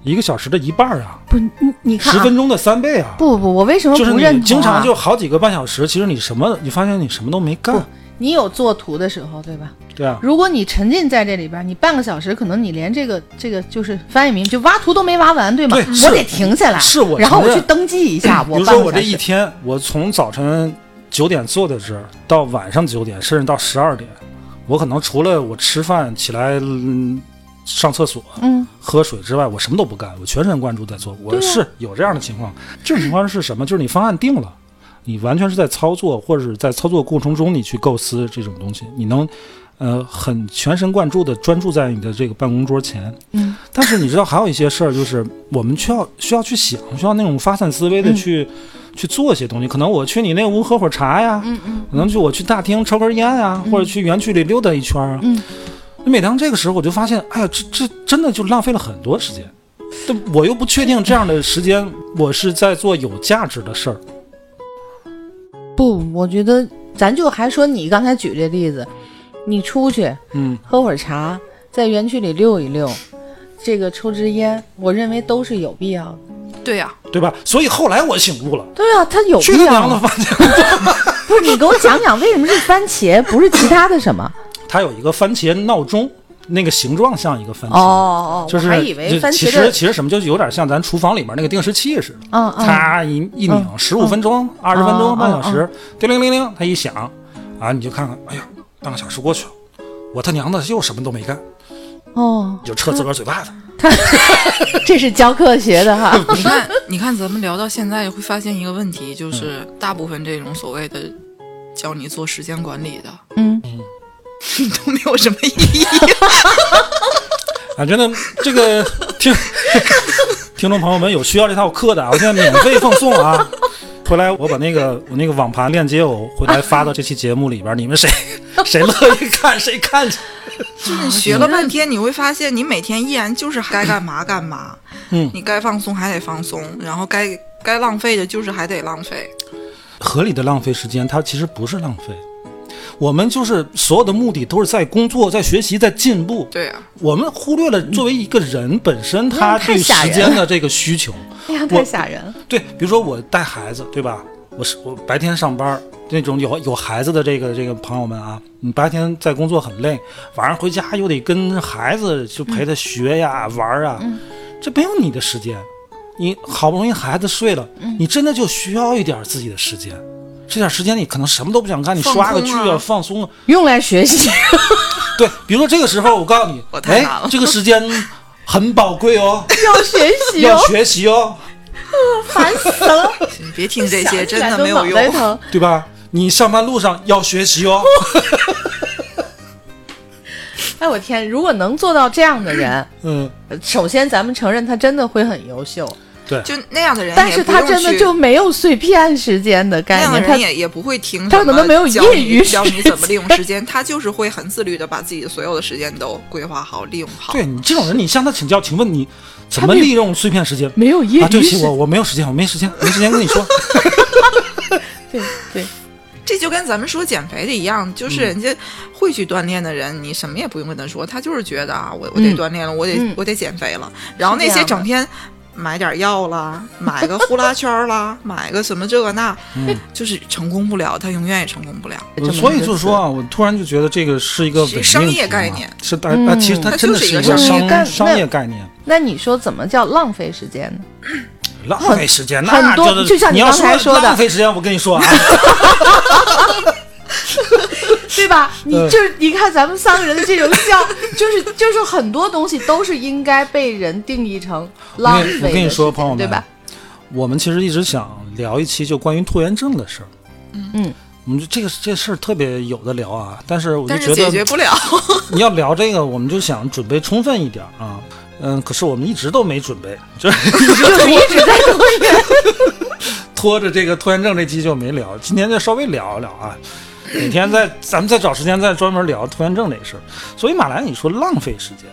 一个小时的一半儿啊，
不，你你看
十
啊，
分钟的三倍啊，
不不不，我为什么
就是
不认同、
你
啊？
经常就好几个半小时，其实你什么，你发现你什么都没干
不，你有做图的时候，对吧？
对啊，
如果你沉浸在这里边，你半个小时可能你连这个这个就是翻译名就挖图都没挖完，对吗？
对是
我得停下来，
是我
然后
承
我
认
去登记一下。我
嗯比如
半
说
个
我这
小时
一天，我从早晨九点坐在这儿到晚上九点，甚至到十二点，我可能除了我吃饭起来、嗯上厕所、
嗯
喝水之外，我什么都不干，我全神贯注在做。我
对啊
是有这样的情况，这种情况是什么？就是你方案定了。你完全是在操作，或者是在操作过程中，你去构思这种东西，你能，呃，很全神贯注的专注在你的这个办公桌前，
嗯，
但是你知道，还有一些事儿，就是我们需要需要去想，需要那种发散思维的去、去做一些东西。可能我去你那屋喝会儿茶呀，嗯嗯，可能就我去大厅抽根烟呀，或者去园区里溜达一圈儿啊。
嗯，
每当这个时候，我就发现，哎呀，这这真的就浪费了很多时间。但我又不确定这样的时间，我是在做有价值的事儿。
不，我觉得咱就还说你刚才举这例子，你出去
嗯，
喝会儿茶，在园区里溜一溜，这个抽支烟，我认为都是有必要的。
对 呀、
对吧？所以后来我醒悟了，
对啊，它有
去
必
他娘
要
的
吗。
发现。
不是你给我讲讲为什么是番茄，不是其他 的什么？
它有一个番茄闹钟，那个形状像一个番茄。
哦哦，
就
我
是
还以为
就
番
其
茄
实
的，
其实什么，就是有点像咱厨房里面那个定时器似的，
嗯嗯，
它一一拧十五分钟、二十分
哦
钟、半小
哦
时，叮铃铃铃，它一响，啊，你就看看，哎呀，半个小时过去了，我他娘的又什么都没干，
哦，
就撤自个儿嘴巴子。
这是教科学 的哈。
你看，你看，咱们聊到现在会发现一个问题，就是大部分这种所谓的教你做时间管理的
嗯，
都没有什么意义。
啊，真的，这个听 听众朋友们有需要这套课的啊，我现在免费奉送啊。回来我把那个我那个网盘链接我回来发到这期节目里边，你们谁谁乐意看谁看去。
就是你学了半天，你会发现你每天依然就是该干嘛干嘛，
嗯
你该放松还得放松，然后该该浪费的就是还得浪费。
合理的浪费时间，它其实不是浪费。我们就是所有的目的都是在工作、在学习、在进步。
对啊，
我们忽略了作为一个人本身他对
嗯太吓
时
人
间的这个需求。
哎呀，
我
太吓人了。
对，比如说我带孩子，对吧？我是我白天上班儿，那种有有孩子的这个这个朋友们啊，你白天在工作很累，晚上回家又得跟孩子就陪他学呀、
嗯
玩儿啊，这没有你的时间。你好不容易孩子睡了，
嗯
你真的就需要一点儿自己的时间。这点儿时间你可能什么都不想干，你
放
刷个
松
剧
啊
放松啊。
用来学 习。
对，比如说这个时候，我告诉你
我，太
哎
难了，
这个时间很宝贵 哦，
要学 习
要学习哦。
烦死了！
你别
啊
听这些，
想起
真
来
的
都
没有
脑袋
用。
疼。
对吧？你上班路上要学习 哦。
哎，我天！如果能做到这样的人，
嗯，
呃首先咱们承认他真的会很优秀，
对，
就那样的哎人也
但
不
是
用去，
他真的就没有碎片时间的
那
概
样的
念。
人
他
也也不会听
他
什么
可能没有
教你
业余时
教你
间
怎么利用时间，他就是会很自律的把自己的所有的时间都规划好、利用好。
对你这种人，你向他请教，请问你怎么
他没有
利用碎片时间？
没有业
啊，对
余
不起，
时
我我没有时间，我没时间，没时间跟你说。
对对，
这就跟咱们说减肥的一样，就是
嗯
人家会去锻炼的人，你什么也不用跟他说，他就是觉得啊，我我得锻炼了，我得、
嗯
我得减肥了。然后那
这
些
样的
整天买点药啦，买个呼啦圈啦， 买个什么这个那，
嗯
就是成功不了，他永远也成功不了。
这么一个
所以就是说
词，
啊，我突然就觉得这个是一个
是
伪
商
命
业
题
概
嘛
念
是大
嗯
啊，其实它
它
真的
就是是一
个
个商业
商
概
商
那
业概念，
那你说怎么叫浪费时间呢？
浪费时间，
很
那
多
就是
就像
你
你
要
刚才说的
浪费时间，我跟你说啊，
对吧？你
嗯
就是你看咱们三个人的这种笑， 就是就是很多东西都是应该被人定义成浪费的时间，
我跟你说朋友们啊
对吧？
我们其实一直想聊一期就关于拖延症的事儿。
嗯，
我们就这个这事儿特别有的聊啊，但是我就
但
觉
是解
得
决不了，
你要聊这个，我们就想准备充分一点儿啊。嗯，可是我们一直都没准备， 就是
就是一直在拖延。
拖着这个拖延症这期就没聊。今天就稍微聊一聊啊，哪天再咱们再找时间再专门聊拖延症这事儿。所以马兰，你说浪费时间，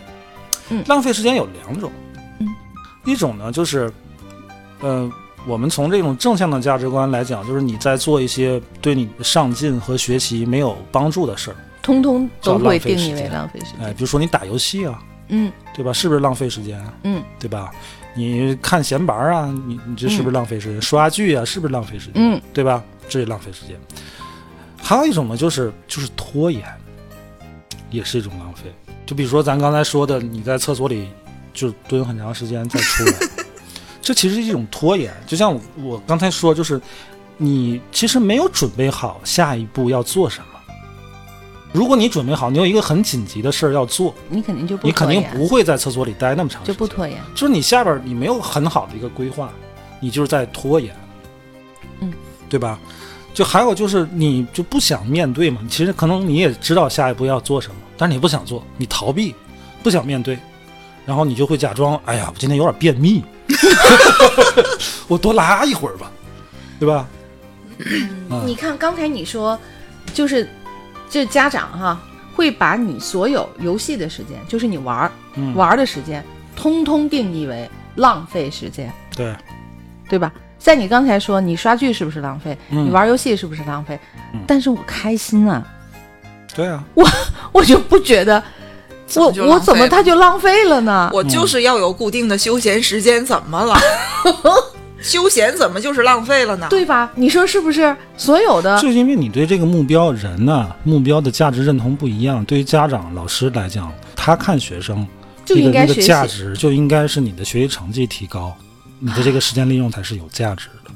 嗯
浪费时间有两种，
嗯
一种呢就是，呃，我们从这种正向的价值观来讲，就是你在做一些对你上进和学习没有帮助的事儿，
通通都
叫浪
会
费
定
时
义为
间
浪费时
哎，
间。
比如说你打游戏啊，
嗯
对吧？是不是浪费时间啊？
嗯，
对吧？你看闲白儿啊，你你这是不是浪费时间？刷剧啊，是不是浪费时间？
嗯，
对吧？这也浪费时间。还有一种呢，就是就是拖延，也是一种浪费。就比如说咱刚才说的，你在厕所里就蹲很长时间再出 来，这其实是一种拖延。就像我我刚才说，就是你其实没有准备好下一步要做什么。如果你准备好，你有一个很紧急的事儿要做，
你肯定就不
你肯
拖
定
延，
不会在厕所里待那么长时
就
间，
不拖延。
就是你下边儿你没有很好的一个规划，你就是在拖延，
嗯，
对吧？就还有就是你就不想面对嘛，其实可能你也知道下一步要做什么，但是你不想做，你逃避，不想面对，然后你就会假装，哎呀，我今天有点便秘， 我多拉一会儿吧，对吧？嗯
你看刚才你说，就是这家长哈、会把你所有游戏的时间，就是你玩儿、
嗯
玩儿的时间，通通定义为浪费时间，
对，
对吧？在你刚才说你刷剧是不是浪费，
嗯
你玩儿游戏是不是浪费？
嗯
但是我开心啊，
对啊，
我就不觉得
怎
我
么就浪
我怎么
费了
他就浪费了呢？
我就是要有固定的休闲时间，怎么 了？休闲怎么就是浪费了呢？
对吧？你说是不是？所有的
就因为你对这个目标人呢、目标的价值认同不一样，对于家长、老师来讲，他看学生
就应该
你的那个
学习，
价值就应该是你的学习成绩提高，你的这个时间利用才是有价值的，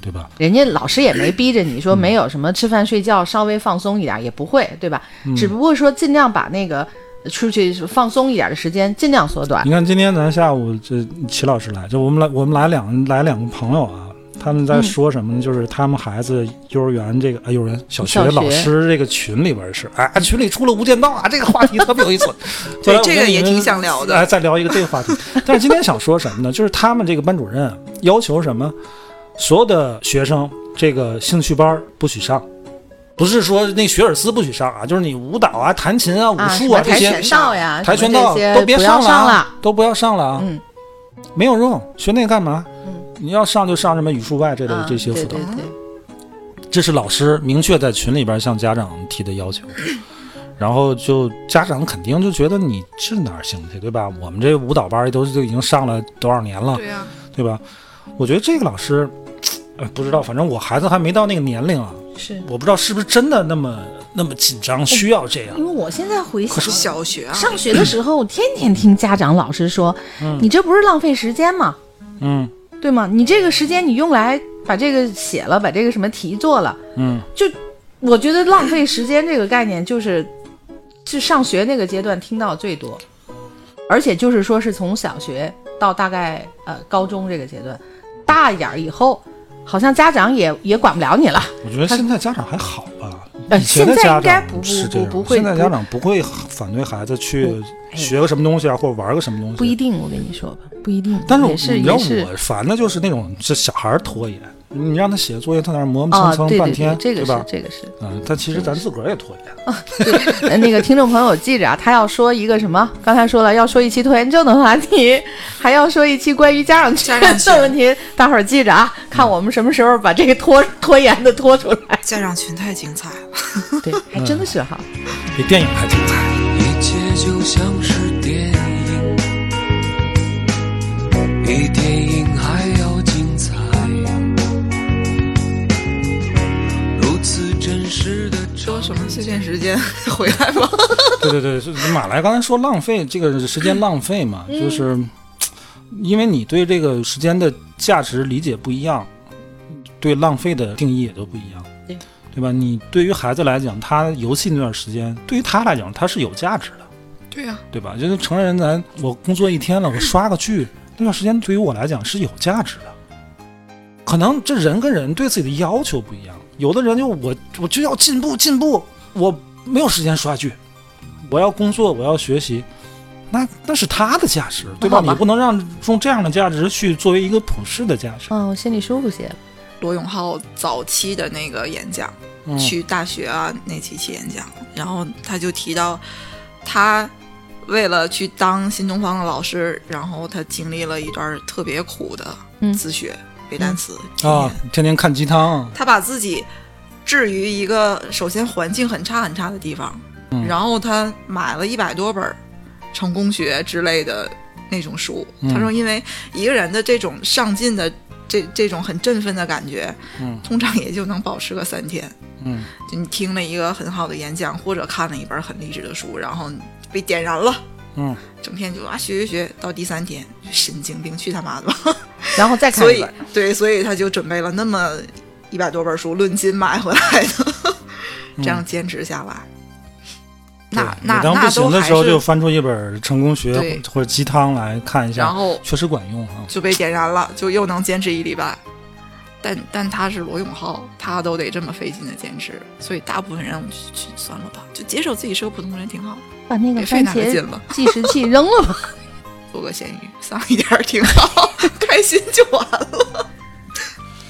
对吧？
人家老师也没逼着你说
嗯
没有什么吃饭睡觉，稍微放松一点也不会，对吧？
嗯
只不过说尽量把那个出去放松一点的时间尽量缩短
你。看今天咱下午这齐老师来，这我们来我们来两来两个朋友啊，他们在说什么呢？就是他们孩子幼儿园这个啊幼儿园小学
小学
老师这个群里边是哎群里出了《无间道》啊，这个话题特别有意 思。后
对
来我
这
跟
个
你
也
们
挺想聊的
哎，再聊一个这个话题。但是今天想说什么呢？就是他们这个班主任要求什么，所有的学生这个兴趣班不许上。不是说那学而思不许上啊，就是你舞蹈啊、弹琴啊、武
啊，什
术
么
啊这
跆
些，
拳道呀，
跆拳
什
道
么这些
都别
不
上
要
了
上
啊，都不要上了啊，
嗯
没有用，学那个干嘛？
嗯
你要上就上什么语数外这类
啊，
这些
对
辅导
对，对，
这是老师明确在群里边向家长提的要求，然后就家长肯定就觉得你这哪儿行去，对吧？我们这舞蹈班都都已经上了多少年
啊
了，
对啊呀、
对吧？我觉得这个老师，呃，不知道，反正我孩子还没到那个年龄啊，
是
我不知道是不是真的那么那么紧张，需要这样。
因为我现在回想。
小学啊，
上学的时候，天天听家长老师说：“你这不是浪费时间吗？
嗯
对吗？你这个时间你用来把这个写了，把这个什么题做了，
嗯，
就我觉得浪费时间这个概念，就是就上学那个阶段听到最多，而且就是说是从小学到大概呃高中这个阶段，大一点儿以后，好像家长也也管不了你了。
我觉得现在家长还好吧。
呃
以前的
现在
家
应该
长
不不
是这样
不不会
现在家长不会反对孩子去
哎
学个什么东西啊，或者玩个什么东西。
不一定，我跟你说吧，不一定。
但是我
也是
你知道
也是
我烦的就是那种这小孩儿拖延，你让他写作业，他在那儿磨磨蹭
啊，
蹭
对
半
对
天，
对，这个是
吧？
这个是。
啊、但其实咱自个儿也拖延。
呃那个听众朋友记着啊，他要说一个什么？刚才说了要说一期拖延症的话题， 还要说一期关于家长
家长
群的问题，大伙儿记着啊，看我们什么时候把这个拖拖延的拖出来。
家长群太精彩了。
对，还真的是哈。
比电影 还精彩。
一切就像是电影，比电影还要精彩。如此真实的
说什么碎片时间回来吧，
对对对，是马来刚才说浪费这个时间浪费嘛，就是因为你对这个时间的价值理解不一样，对浪费的定义也就不一样，
对
对吧？你对于孩子来讲，他游戏那段时间对于他来讲，他是有价值的。
对
啊
呀、
对吧？就是成人咱我工作一天了，我刷个剧， 那段时间对于我来讲是有价值的。可能这人跟人对自己的要求不一样，有的人就我我就要进步进步，我没有时间刷剧，我要工作，我要学习，那那是他的价值，对吧？
好吧
你不能让用这样的价值去作为一个普世的价值。
嗯，我心里舒服些。
罗永浩早期的那个演讲，
嗯
去大学啊那几期演讲，然后他就提到，他为了去当新东方的老师，然后他经历了一段特别苦的
嗯
自学，背单词
啊，天天看鸡汤，
他把自己置于一个首先环境很差很差的地方，
嗯
然后他买了一百多本儿成功学之类的那种书。
嗯
他说，因为一个人的这种上进的这这种很振奋的感觉，
嗯
通常也就能保持个三天。
嗯，
就你听了一个很好的演讲，或者看了一本很励志的书，然后被点燃了。
嗯，
整天就啊学学学，到第三天神经病，去他妈的吧！
然后再看
所
一
以
本。
对，所以他就准备了那么一百多本书，论斤买回来的，这样坚持下来。那
嗯对
那
每当不
那都
行的
还，
时候就是翻出一本成功学
对
或者鸡汤来看一
然
下，
后
确实管用啊。
就被点燃了，就又能坚持一礼拜。但但他是罗永浩，他都得这么费劲的坚持，所以大部分人我们就就算了吧，就接受自己是个普通人挺好，
把那个
别费
番
那个劲
茄
了，
计时器扔了吧。
做个咸鱼，丧一点儿挺 好，开心就完了。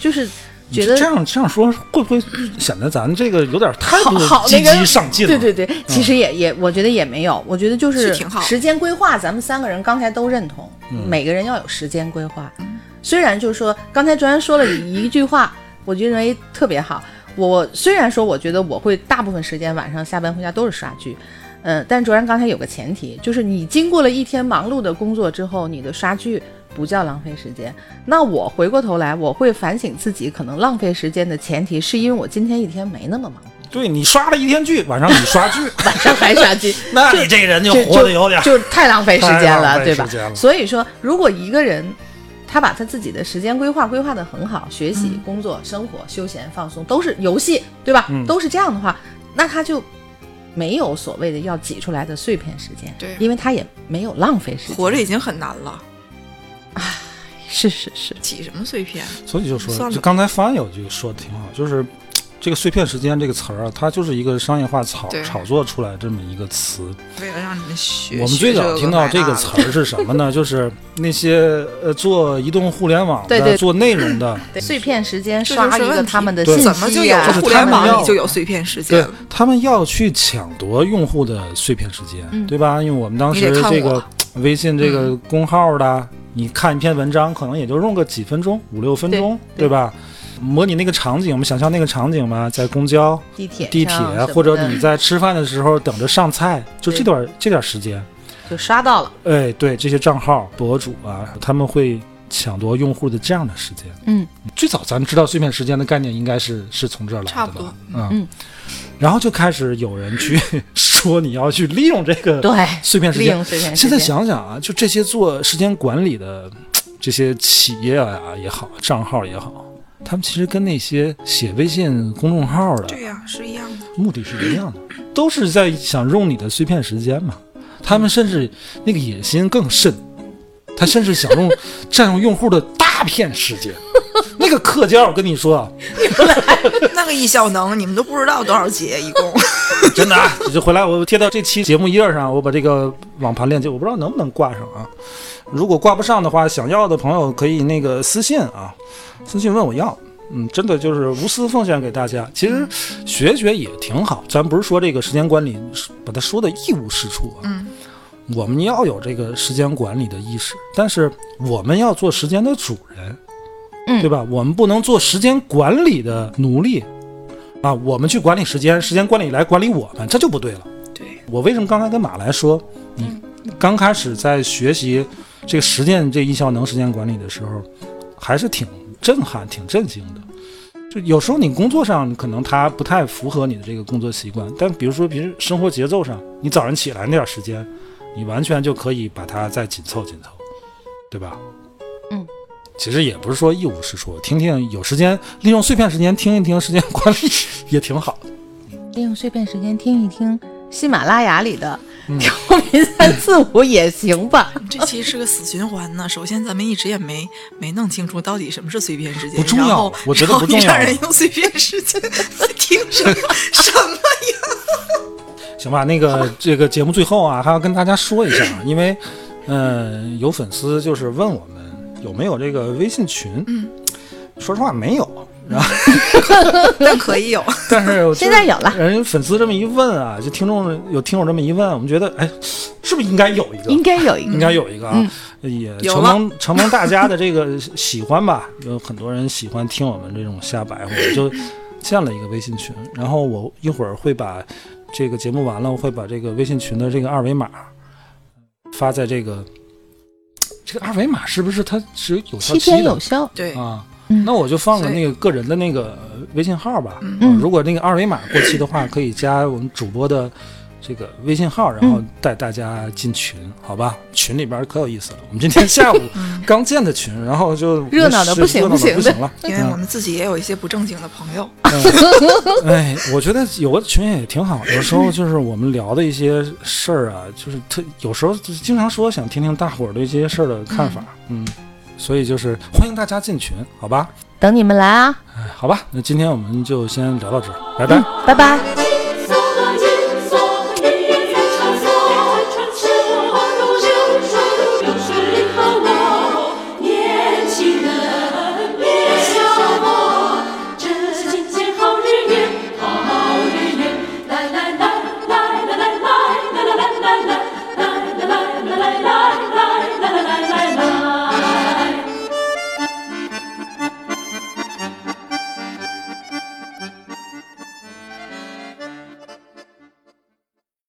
就是
你
觉得
这样这样说会不会显得咱这个有点太
好
不
好
积
那个
极上进了？嗯
对对对，其实也也，我觉得也没有，我觉得就是
是挺好
时间规划，咱们三个人刚才都认同，
嗯
每个人要有时间规划。
嗯
虽然就是说，刚才卓然说了一句话，我就认为特别好。我虽然说，我觉得我会大部分时间晚上下班回家都是刷剧，嗯，但卓然刚才有个前提，就是你经过了一天忙碌的工作之后，你的刷剧不叫浪费时间。那我回过头来，我会反省自己可能浪费时间的前提，是因为我今天一天没那么忙，
对你刷了一天剧，晚上你刷 剧，
晚上 还刷剧。
那你这个人就
就
活得有点儿
就就太浪费时间了，
太浪费
对吧
时间？了
所以说，如果一个人他把他自己的时间规划规划的很好，学习、工作、生活、休闲、放松都是游戏，对吧？
嗯
都是这样的话，那他就没有所谓的要挤出来的碎片时间，
对
因为他也没有浪费时间。
活着已经很难了，
是是是，
挤什么碎片？
所以就说，
算了
就刚才方案有句说的挺好，就是嘖这个“碎片时间”这个词儿啊，它就是一个商业化炒
对
炒作出来这么一个词。
为了让你们学，
我们最早听到这个词儿是什么呢？就是那些呃做移动互联网的、
对对
做内容的，
对碎片时间
这就是
刷一个
问题
他们的
对
信息、啊，
怎么就有了
就是
互联
他们要
网，你就有碎片时
对
间了？
他们要去抢夺用户的碎片时间，
嗯
对吧？因为我们当时
你得看
这个
我
嘖微信这个公号的，你看一篇文章可能也就用个几分钟、五六分钟，
对
对
对
吧？模拟那个场景，我们想象那个场景嘛，在公交。
地铁
地铁啊
上什么，的
或者你在吃饭的时候等着上菜，就
对
这段这点时间，
就刷到了，
哎，对这些账号博主啊，他们会抢夺用户的这样的时间。
嗯，
最早咱们知道碎片时间的概念，应该是是从这儿来的吧？
差不多
嗯。
嗯
然后就开始有人去 说你要去利用这个
对，
碎片时
利
间
用。碎片时
现在
间。
想想啊，就这些做时间管理的这些企业啊也好，账号也好，他们其实跟那些写微信公众号的，
对呀，是一样的。
目的是一样的，都是在想用你的碎片时间嘛。他们甚至那个野心更甚，他甚至想用 占用用户的大片时间。那个课件，我跟你说啊，
那个易效能，你们都不知道多少节，一共
真的啊，你就回来我贴到这期节目页上，我把这个网盘链接，我不知道能不能挂上啊。如果挂不上的话，想要的朋友可以那个私信啊，私信问我要。嗯，真的就是无私奉献给大家。其实学学也挺好，咱不是说这个时间管理是把它说的一无是处啊。
嗯，
我们要有这个时间管理的意识，但是我们要做时间的主人，
嗯
对吧？我们不能做时间管理的奴隶啊！我们去管理时间，时间管理来管理我们，这就不对了。
对，
我为什么刚才跟马来说，你刚开始在学习这个实践这一效能时间管理的时候，还是挺震撼、挺震惊的。就有时候你工作上可能它不太符合你的这个工作习惯，但比如说平时生活节奏上，你早上起来那点时间，你完全就可以把它再紧凑紧凑，对吧？
嗯，
其实也不是说一无是处，听听有时间利用碎片时间听一听时间管理 也挺好的。
利用碎片时间听一听喜马拉雅里的调频三四五也行吧。
这其实是个死循环呢。首先，咱们一直也没没弄清楚到底什么是碎片时间，
不重要
然后
我觉得不重要
然后你让人用碎片时间听什 么什么呀？
行吧，那个 这个节目最后啊，还要跟大家说一下，啊因为，嗯、有粉丝就是问我们有没有这个微信群，
嗯
说实话没有，
但可以有，
但 是我
现在有了，
人家粉丝这么一问啊，就听众有听众这么一问，我们觉得哎，是不是应该有一个？
应该有一
应
个。
该有一个啊，
嗯
也
有
承蒙承蒙大家的这个喜欢吧，有很多人喜欢听我们这种瞎白话，我就建了一个微信群，然后我一会儿会把这个节目完了，我会把这个微信群的这个二维码发在这个这个二维码是不是它是有效
七
期
天
的
有效，
对，
啊？
嗯
那我就放了
所以
那个个人的那个微信号吧，啊
嗯
嗯
如果那个二维码过期的话，可以加我们主播的这个微信号，然
嗯
后带大家进群，好吧？群里边可有意思了。我们今天下午
嗯
刚建的群，然后就
热闹得
是
不行
热闹
不
得
行
不
的
行了。
因为我们自己也有一些不正经的朋友，
嗯哎，我觉得有个群也挺好。有时候就是我们聊的一些事儿啊，就是特有时候就是经常说想听听大伙儿对这些事儿的看法，嗯，所以就是欢迎大家进群，好吧？
等你们来啊！
哎，好吧，那今天我们就先聊到这儿，拜拜。
拜拜。
拜拜。